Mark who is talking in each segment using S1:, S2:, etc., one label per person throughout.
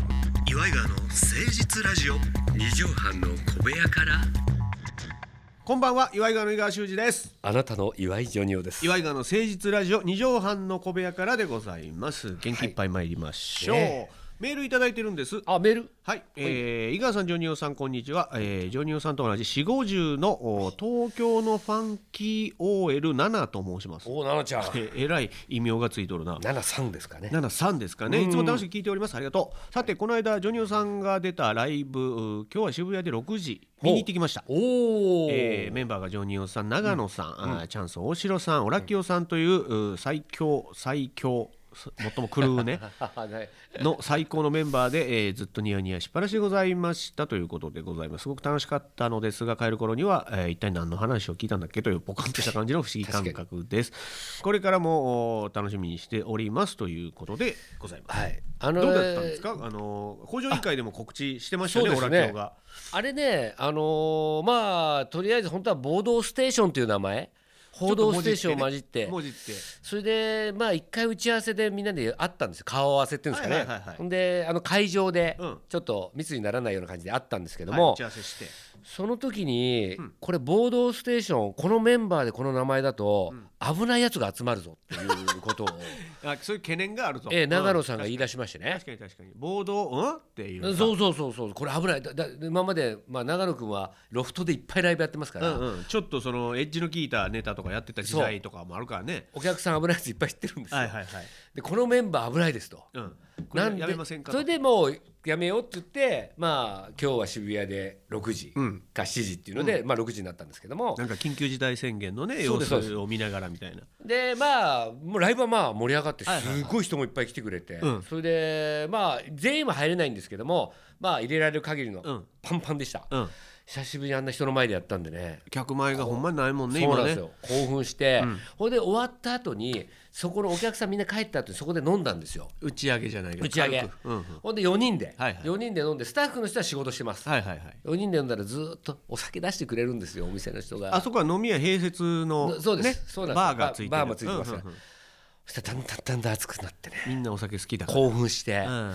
S1: イガーの誠実ラジオ
S2: 二畳半の小部屋から
S1: こんばんは岩井川の井川修司です
S2: あなたの岩井ジョニオです
S1: 岩井川の誠実ラジオ二畳半の小部屋からでございます元気いっぱい参りましょう、
S2: はいね
S1: メールいただいてるんです
S2: あメール
S1: はい、えー井川さんジョニオさんこんにちは、えージョニオさんと同じ四五十のお東京のファンキー OL7 と申します
S2: おお奈々ちゃん
S1: ええらい異名がついとるな
S2: 奈々さんですかね
S1: 七三ですかね。いつも楽しく聞いております。ありがとう。さてこの間ジョニオさんが出たライブ、う今日は渋谷で6時見に行ってきました。
S2: おお、
S1: えーメンバーがジョニオさん、長野さん、あーチャンス大城さん、オラキオさんという、う最強最強す最もクル ーね
S2: ー、はい
S1: の最高のメンバーで、えーずっとニヤニヤしっぱなしでございましたということでございます。すごく楽しかったのですが帰る頃には、えー一体何の話を聞いたんだっけというポカンとした感じの不思議感覚です。これからもお楽しみにしておりますということでございます。
S2: はい、あの
S1: どうだったんですか、あの工場委員会でも告知してましたよね、
S2: あ
S1: オ
S2: そう
S1: ラ
S2: ですね
S1: キオが。
S2: あれねあのーまあとりあえず本当は報道ステーションという名前報道ステーションを混じって
S1: 文字って、
S2: それでまあ一回打ち合わせでみんなで会ったんですよ顔合わせっていうんですかね、
S1: はいはいはいはい
S2: ほんであの会場で
S1: うん
S2: ちょっと密にならないような感じで会ったんですけど
S1: はい
S2: も、
S1: 打ち合わせして、
S2: その時に、これ「暴動ステーション」このメンバーでこの名前だと、危ないやつが集まるぞっていうことを、
S1: あ そういう懸念がある と。
S2: えー長野さん
S1: う
S2: が言い出しましてね
S1: 確。かに確かに、暴動、うんっていうか。
S2: そうそうそうそうこれ危ないだだ今まで、まあ、長野君はロフトでいっぱいライブやってますか
S1: う
S2: ら、
S1: んうん、ちょっとそのエッジの効いたネタとかやってた時代とかもあるからね。
S2: お客さん危ないやついっぱい知ってるんですよ、
S1: はいはいはい。
S2: でこのメンバー危ないですと。
S1: うん、これやめませんか
S2: そ
S1: と
S2: れでもうやめようって言ってまあ今日は渋谷で6時
S1: うん
S2: か7時っていうので、まあ、6時になったんですけども
S1: なんか緊急事態宣言のね
S2: そ
S1: 様
S2: うですそうです
S1: 子を見ながらみたいな。
S2: でまあもうライブはまあ盛り上がってす
S1: はいはいはい
S2: ごい人もいっぱい来てくれて、
S1: うん
S2: それでまあ全員は入れないんですけどもまあ入れられる限りの
S1: うん
S2: パンパンでした、
S1: うん、
S2: 久しぶりにあんな人の前でやったんでね
S1: 客前がほんまにないもんね
S2: そうな
S1: 今
S2: んです
S1: ね。
S2: よ、興奮して、ほいで終わった後にそこのお客さんみんな帰った後にそこで飲んだんですよ
S1: 打ち上げじゃないけど
S2: 打ち上げ
S1: 軽くうんうん、
S2: ほんで4人で、
S1: はいはい
S2: 4人で飲んでスタッフの人は仕事してます、
S1: はいはいはい。
S2: 4人で飲んだらずーっとお酒出してくれるんですよお店の人が
S1: あそこは飲み屋併設の、
S2: のそうです
S1: ね、
S2: そうなんです
S1: バーがついてる
S2: バーバーもついてます
S1: うんうんうん
S2: そしたらだんだんだんだん熱くなってね
S1: みんなお酒好きだから。
S2: 興奮して、
S1: うん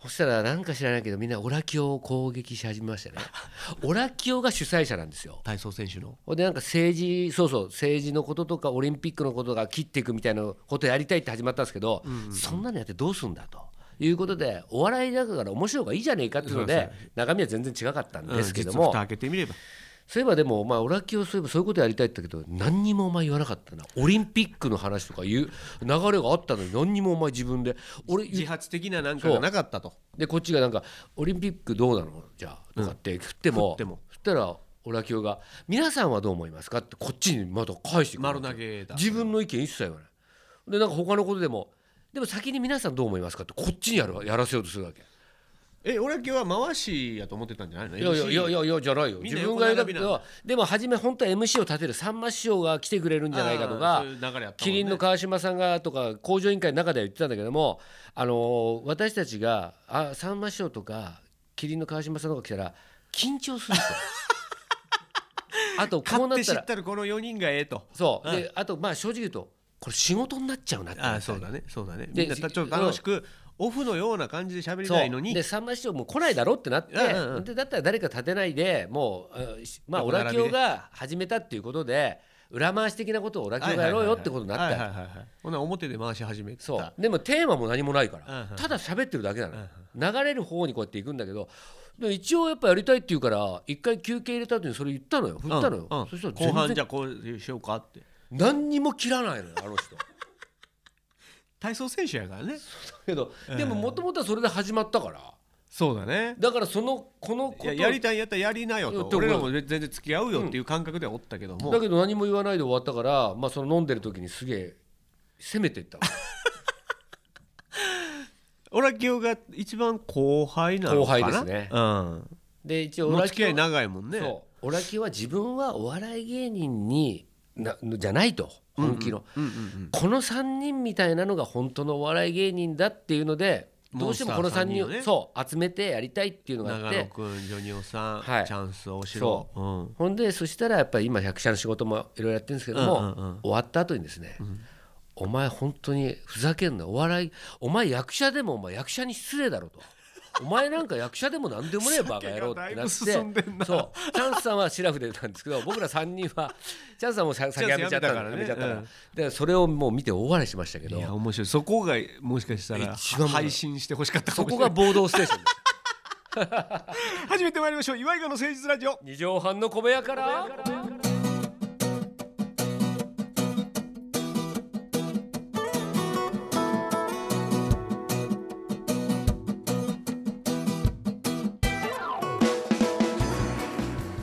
S2: そしたらなんか知らないけどみんなオラキオを攻撃し始めましたね オラキオが主催者なんですよ
S1: 体操選手の。
S2: ほんでなんか政治そうそう政治のこととかオリンピックのことが切っていくみたいなことやりたいって始まったんですけど、そんなのやってどうすんだということでお笑いだから面白い方がいいじゃねえかっていうの
S1: そう
S2: で中身は全然違かったんですけど
S1: うん実は
S2: も、
S1: 蓋開けてみれば。
S2: そういえばでもまあオラキオそういえばそういうことやりたいって言ったけど何にもお前言わなかったなオリンピックの話とかいう流れがあったのに何にもお前自分で俺
S1: 自発的ななんかがなかったと。
S2: でこっちがなんか「オリンピックどうなのじゃあ」とかって振っても,、
S1: 振っても
S2: 振ったらオラキオが「皆さんはどう思いますか?」ってこっちにまた返してくる
S1: 丸投げだ。
S2: 自分の意見一切言わないでなんか他のことでも「でも先に皆さんどう思いますか?」ってこっちにやるわやらせようとするわけ
S1: え、俺は今日は回しやと思ってたんじゃないの
S2: いやいやいやい
S1: MC
S2: やいやじゃないよ
S1: み
S2: 自
S1: んな
S2: 分が選ぶ
S1: 横並びなん
S2: とでも初め本当は MC を立てるさんま師匠が来てくれるんじゃないかと
S1: あ
S2: か
S1: ーそういう流れやったもんね
S2: キリンの川島さんがとか工場委員会の中では言ってたんだけどもあのー私たちがあさんま師匠とかキリンの川島さんとか来たら緊張 するとあとこう
S1: 勝
S2: な
S1: 手
S2: った
S1: 知
S2: ら
S1: ったらこの4人がええと。
S2: そうであとまあ正直言うとこれ仕事になっちゃうなって
S1: あーそうだね、そうだね。
S2: で
S1: みんなたちょっと楽しく、オフのような感じで喋り
S2: そ
S1: た
S2: う
S1: いのに
S2: で、さんま師匠もう来ないだろってなって、
S1: うんうんうん
S2: でだったら誰か立てないでもう、うんしまあオ
S1: 横
S2: ラ
S1: 並び
S2: キ
S1: で
S2: オが始めたっていうことで裏回し的なことをオラキオがやろうよってことになったよ、
S1: はいはいはいはいほな表で回し始めてた。
S2: そうでもテーマも何もないから、
S1: うんうん
S2: ただ喋ってるだけなの、流れる方にこうやっていくんだけどでも一応やっぱやりたいって言うから一回休憩入れた後にそれ言ったのよ振
S1: う
S2: っ
S1: ん
S2: たのよ、
S1: うん
S2: そしたら
S1: 後半
S2: 全
S1: じ
S2: 然
S1: ゃあこうしようかって。
S2: 何にも切らないのよあの 人だ
S1: 体操選手やからね。
S2: けどでももともとはそれで始まったから
S1: そうだね。
S2: だからそのこのこと
S1: いややりたいんやったらやりなよ
S2: いや
S1: と
S2: でも
S1: 俺らも全然付き合うよっていう感覚ではおったけども、
S2: だけど何も言わないで終わったから、まあ、その飲んでる時にすげえ攻めてい ったの
S1: オラキオが一番後輩なのかな
S2: 後輩ですね
S1: うん、
S2: で一応オ
S1: もう
S2: ラ
S1: 付き
S2: キ
S1: 合
S2: オ
S1: い長いもんね
S2: そうオラキオは自分はお笑い芸人になじゃないと本気の、
S1: う、んうんうん、
S2: この3人みたいなのが本当のお笑い芸人だっていうのでどうしてもこの3人を
S1: モンスター三人をね
S2: そう集めてやりたいっていうのがあっ
S1: 長野
S2: て
S1: 君ジョニオさん、
S2: はい
S1: チャンス大城う、ん、
S2: ほんでそしたらやっぱり今百社の仕事もいろいろやってるんですけども、
S1: うんうんうん
S2: 終わった後にですね、お前本当にふざけんなお笑いお前役者でもお前役者に失礼だろ」とお前なんか役者でも何でもね えバカ野郎ってなって
S1: 酒がだいぶ進んでんな
S2: そうチャンスさんはシラフでなんですけど僕ら3人はチャンスさんもさ酒やめちゃった
S1: チャンスやめたからね
S2: やめちゃったから
S1: うん
S2: でそれをもう見て大笑いしましたけど
S1: いや面白いそこがもしかしたら
S2: 一番面白い
S1: 配信してほしかったか
S2: そ
S1: もし
S2: こ
S1: れな
S2: が
S1: い
S2: 暴動ステーションです
S1: 始めてまいりましょう岩井川の誠実ラジオ
S2: 二畳半の小部屋から。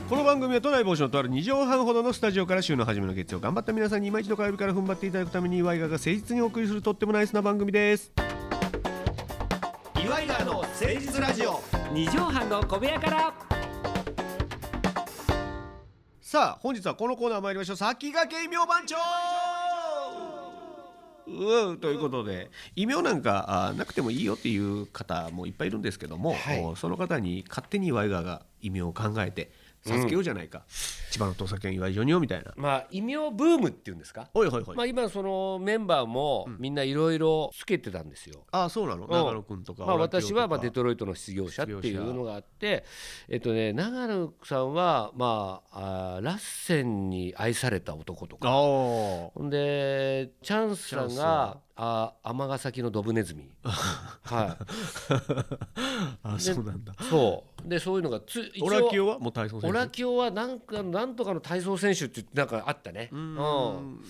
S1: この番組は都内某所のとある2畳半ほどのスタジオから週の初めの月曜頑張った皆さんに今一度火曜日から踏ん張っていただくために岩井川が誠実にお送りするとってもナイスな番組です
S2: 岩井川の誠実ラジオ。二畳半の小部屋から。
S1: さあ本日はこのコーナー参りましょう先駆け異名番長うんということで異名なんかあなくてもいいよっていう方もいっぱいいるんですけども、
S2: はい
S1: おその方に勝手に岩井川が異名を考えて授けようじゃないか、千葉の土佐犬岩井ジョニオみたいな。
S2: まあ異名ブームっていうんですか。
S1: おいほいほい、
S2: まあ今そのメンバーもみんないろいろつけてたんですよ。
S1: ああそうなの長野君とか、
S2: まあ
S1: オラキオと
S2: 私
S1: か
S2: はまあデトロイトの失業者っていうのがあってえっとね長野さんはまああーラッセンに愛された男とか
S1: あ
S2: ほんでチャンスさん
S1: チャンスは
S2: があ尼崎のドブネズ ミは
S1: ああそうなんだ
S2: いそうでそういうのがつ一
S1: オラキ
S2: 応
S1: オはもう体操選
S2: オ
S1: 手
S2: ラキオはなんかなんとかの体操選手ってなんかあったねう
S1: うん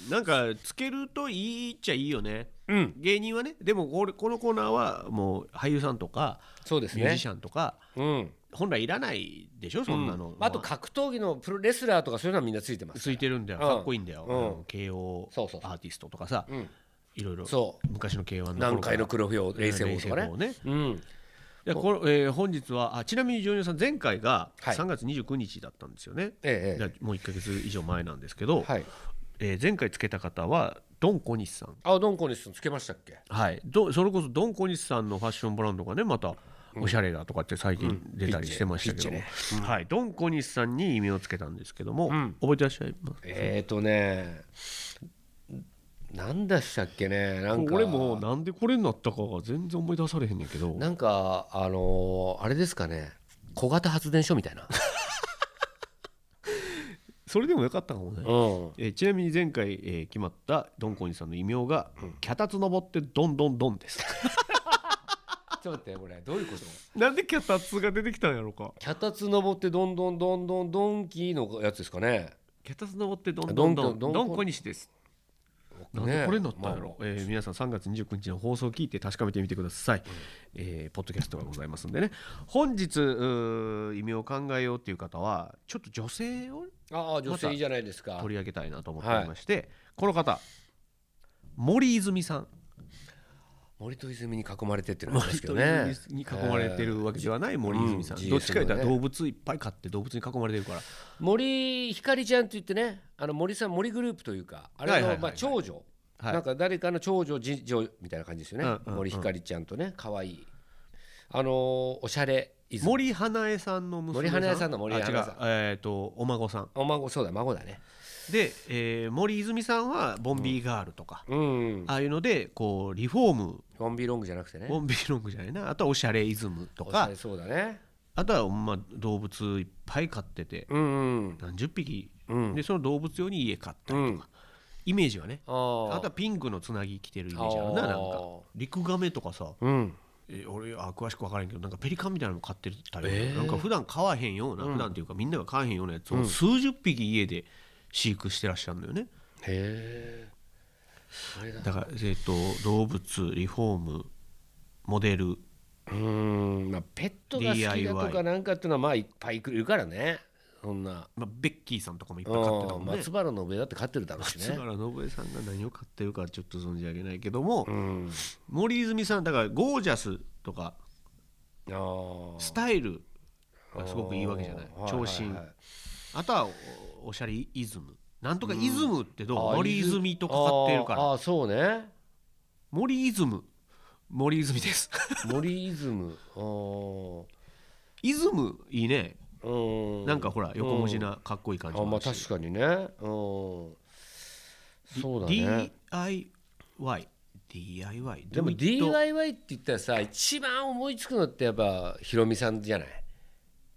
S1: なんかつけるといいっちゃいいよね
S2: うん
S1: 芸人はねでもこれこのコーナーはもう俳優さんとか
S2: そうです
S1: ミュー
S2: ね
S1: ジシャンとか
S2: うん
S1: 本来いらないでしょそんなの、
S2: あと格闘技のプロレスラーとかそういうのはみんなついてます
S1: ついてるんだよ
S2: うん
S1: かっこいいんだよ、
S2: うん
S1: あの慶応
S2: そうそうそう
S1: アーティストとかさ
S2: うん
S1: いろいろ
S2: そ
S1: 昔の K1 の
S2: う
S1: 頃から
S2: 南海の黒豹冷静王とか
S1: 冷
S2: ね
S1: 静王ね
S2: うん
S1: でこれ、えー本日はあちなみにジョニオさん前回が
S2: はい
S1: 3月29日だったんですよね、
S2: えええ
S1: だもう1か月以上前なんですけど、
S2: えはい
S1: えー前回つけた方はドン小西さん
S2: あドンコニスつけましたっけ
S1: はい、どそれこそドン小西さんのファッションブランドがねまたおしゃれだとかって最近出たりしてましたけども、
S2: ピッ
S1: はい、ドン小西さんに意味をつけたんですけども、
S2: ん
S1: 覚えてらっしゃいます
S2: えーとねなんでしたっけねなんか
S1: 俺もなんでこれになったかが全然思い出されへんねんけど
S2: なんかあのーあれですかね小型発電所みたいな
S1: それでもよかったかもね、
S2: うん
S1: えーちなみに前回、えー決まったドン小西さんの異名が「脚立登ってどんどんどん」です
S2: ちょっと待ってこれどういうこと
S1: なんで脚立が出てきたんやろうか
S2: 脚立登ってどんどんどんどんドンキーのやつですかね
S1: 脚立登ってどんどんどん
S2: どんどんどん
S1: ドン小西ですなんでこれになったんやろ、
S2: まあ
S1: えー皆さん3月29日の放送を聞いて確かめてみてください、えーポッドキャストがございますんでね本日うー意味を考えようっていう方はちょっと女性を
S2: ああ女性いいじゃないですか
S1: 取り上げたいなと思っておりまして、この方森泉さん
S2: 森と泉に囲まれてっていうのはありますけ
S1: 森と
S2: どね
S1: 泉に囲まれてるわけではない森泉さん、
S2: うん
S1: どっちか言ったら
S2: GS の
S1: 動
S2: ね
S1: 物いっぱい飼って動物に囲まれてるから
S2: 森ひかりちゃんって言ってねあの森さん森グループというかあ
S1: は
S2: れ
S1: いはいはい
S2: の
S1: はい
S2: まあ長女
S1: はい
S2: なんか誰かの長女次女みたいな感じですよね、
S1: うんうんうん
S2: 森ひかりちゃんとね可愛いあのーおしゃれイズム
S1: 森花江さんの娘さん
S2: 森英恵さんの森英恵さん
S1: あ違うえっ、とお孫さん
S2: お孫そうだ孫だね
S1: で、えー森泉さんはボンビーガールとか、
S2: うん
S1: ああいうのでこうリフォーム
S2: ボンビーロングじゃなくてね
S1: ボンビーロングじゃないなあとはおしゃれイズムと
S2: おしゃ
S1: か
S2: れそうだね
S1: あとはほんま動物いっぱい飼ってて
S2: うんうん
S1: 何十匹、
S2: うん
S1: でその動物用に家買ったりとか、
S2: うん
S1: イメージはね
S2: あ
S1: あ
S2: ー
S1: とはピンクのつなぎ着てるイメージあるな
S2: あー
S1: なんか陸亀とかさ
S2: うん
S1: え俺あ詳しく分からへんけどなんかペリカンみたいなの飼ってたり、
S2: えー
S1: なんか普段飼わへんような、普段っていうかみんなが飼わへんようなやつを数十匹家で飼育してらっしゃるのよね。
S2: へえあれだ
S1: だから、えー、と動物リフォームモデル
S2: うーんまあペットが好きだと
S1: DIY
S2: かなんかっていうのはまあいっぱいいるからねそんな
S1: まあ、ベッキーさんとかもいっぱい飼ってた
S2: う
S1: も
S2: ん
S1: んね
S2: 松原の上だって飼ってるだろうし
S1: 松
S2: ね
S1: 原信江さんが何を飼ってるかちょっと存じ上げないけども、
S2: うん
S1: 森泉さんだからゴージャスとか
S2: あー
S1: スタイルがすごくいいわけじゃない
S2: あー
S1: 長
S2: はい
S1: 身、
S2: はいはい
S1: あとはおおしゃれイズムなんとかイズムってどう、
S2: あー
S1: 森泉とかかってるか
S2: あ
S1: ら
S2: ーあーそうね
S1: 森イズム森泉です
S2: 森イズムあー
S1: イズムいいね
S2: うん
S1: なんかほら横文字なかっこいい感じ
S2: あ
S1: も
S2: ま
S1: あ
S2: あ
S1: るし、
S2: 確かにねうんそうだね
S1: DIY DIY
S2: でも
S1: Do it
S2: DIY って言ったらさ一番思いつくのってやっぱヒロミさんじゃない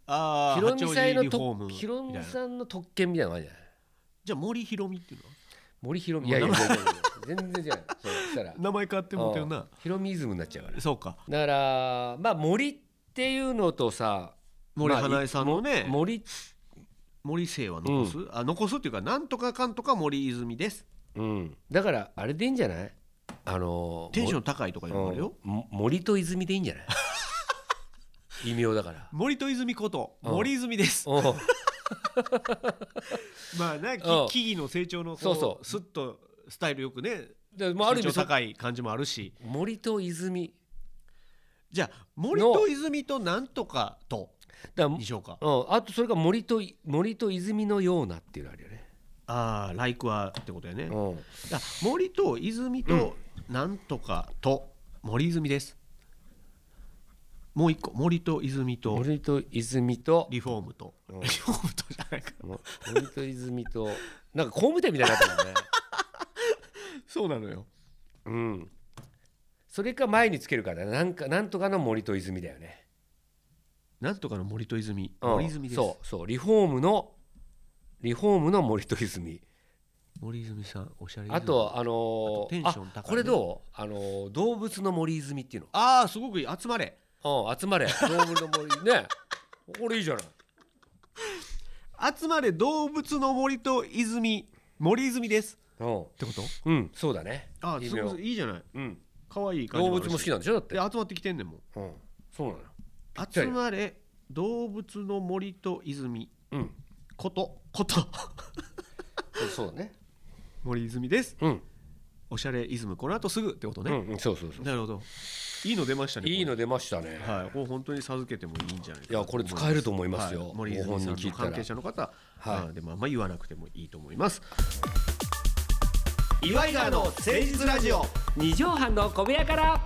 S1: あ
S2: ヒ
S1: あ
S2: ロ
S1: 八
S2: ミ
S1: 王
S2: さん
S1: 子
S2: の
S1: リフォーム
S2: 特ヒロ
S1: みた
S2: ミ
S1: いな
S2: さんの特権みたいなのがあるじゃない
S1: じゃあ森ひろみっていうのは
S2: 森ヒロミいやいやいやいや全然違うそうした ら
S1: 名前変わってもってるな
S2: ヒロミイズムになっちゃうから
S1: そうか
S2: だからまあ森っていうのとさ
S1: 森
S2: まあ
S1: 花江さんのね
S2: 森
S1: 森姓は残す、あ残すっていうかなんとかかんとか森泉です
S2: うんだからあれでいいんじゃないあの
S1: テンション高いとかいうのもあるよ、
S2: うんも森と泉でいいん じゃない異名だから
S1: 森と泉こと
S2: うん
S1: 森泉です、
S2: うん
S1: まあなき
S2: うん
S1: 木々の成長のこ
S2: そうそう
S1: スッとスタイルよくね
S2: でもうある
S1: 身
S2: 意
S1: 長
S2: 味そ
S1: 高い感じもあるし
S2: 森と泉
S1: じゃあ森と泉となんとかと
S2: だから
S1: にしようか
S2: うん、あとそれが森とい森と泉のようなっていうのあるよね。
S1: ああライクはってことやね、
S2: うん、
S1: あ森と泉となんとかと森泉ですもう一個森と泉と
S2: 森と泉と
S1: リフォームと、
S2: うん
S1: リフォームとじゃないか
S2: も森と泉となんか工務店みたいになったもんね。
S1: そうなのよ
S2: うん。それか前につけるからなんかなんとかの森と泉だよね。
S1: なんとかの森と泉
S2: うん
S1: 森泉です
S2: そうそうリフォームのリフォームの森と泉。
S1: 森泉さんおしゃれ泉
S2: あとあのー
S1: あとテンション高いね
S2: あこれどうあのー動物の森泉っていう
S1: ああすごくいい集まれ
S2: の。うん集まれ動物の森ね。これいいじゃない。
S1: 集まれ動物の森と泉森泉です
S2: うん
S1: ってこと
S2: うんそうだね。
S1: ああ
S2: いい
S1: す
S2: のよ
S1: ごくいいじゃない
S2: うん。
S1: 可愛い感じ
S2: 動物も好き
S1: だ
S2: なんでしょだって、
S1: 集まってきてんねんもん
S2: うん、そうなのよた
S1: 集
S2: りや
S1: まれ動物の森と泉
S2: うん
S1: ことこと
S2: そうだね
S1: 森泉です
S2: うん、
S1: おしゃれイズムこの後すぐってこと
S2: う
S1: ね、
S2: ん、そうそうそう
S1: なるほどいいの出ましたね
S2: いい
S1: こ
S2: の出ましたね、
S1: れはいこれ本当に授けてもいいんじゃない
S2: い、
S1: か
S2: やこれ使えると思いますよ、
S1: はい、森
S2: ご
S1: 泉
S2: 本人
S1: さん
S2: 聞い
S1: の
S2: た
S1: 関
S2: ら
S1: 係者の方
S2: はい
S1: あーでもあんま言わなくてもいいと思います
S2: 岩井川の誠実ラジオ二畳半の小部屋から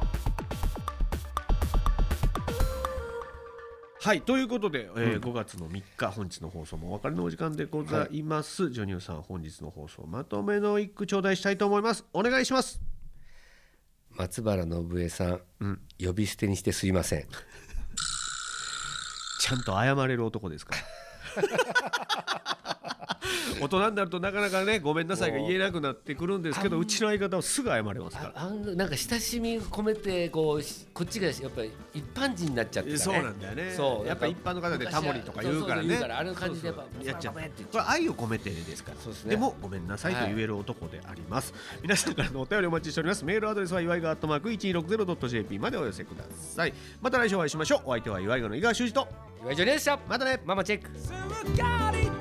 S1: はいということで、えー5月の3日本日の放送もお別れのお時間でございます、ジョニオさん本日の放送まとめの一句頂戴したいと思いますお願いします
S2: 松原信江さん、
S1: うん
S2: 呼び捨てにしてすいません
S1: ちゃんと謝れる男です から大人になるとなかなかねごめんなさいが言えなくなってくるんですけどうちの相方はすぐ謝れますから
S2: ああんなんか親しみ込めてこうしこっちがやっぱり一般人になっちゃってたね
S1: そうなんだよね
S2: そう
S1: やっぱ一般の方でタモリとか言うか
S2: そうそう
S1: らね
S2: そう言うからあの感じでやっぱ
S1: そうそうやっちゃう
S2: ごめんごめんって言っ
S1: これ愛を込めてですから
S2: そうですね
S1: もごめんなさいと言える男であります、皆さんからのお便りお待ちしておりますメールアドレスは祝いがアットマーク 1260.jp までお寄せくださいまた来週お会いしましょうお相手は祝いがの井川修司と
S2: 岩井ジョニオでした
S1: またね
S2: ママチェック
S3: すっかり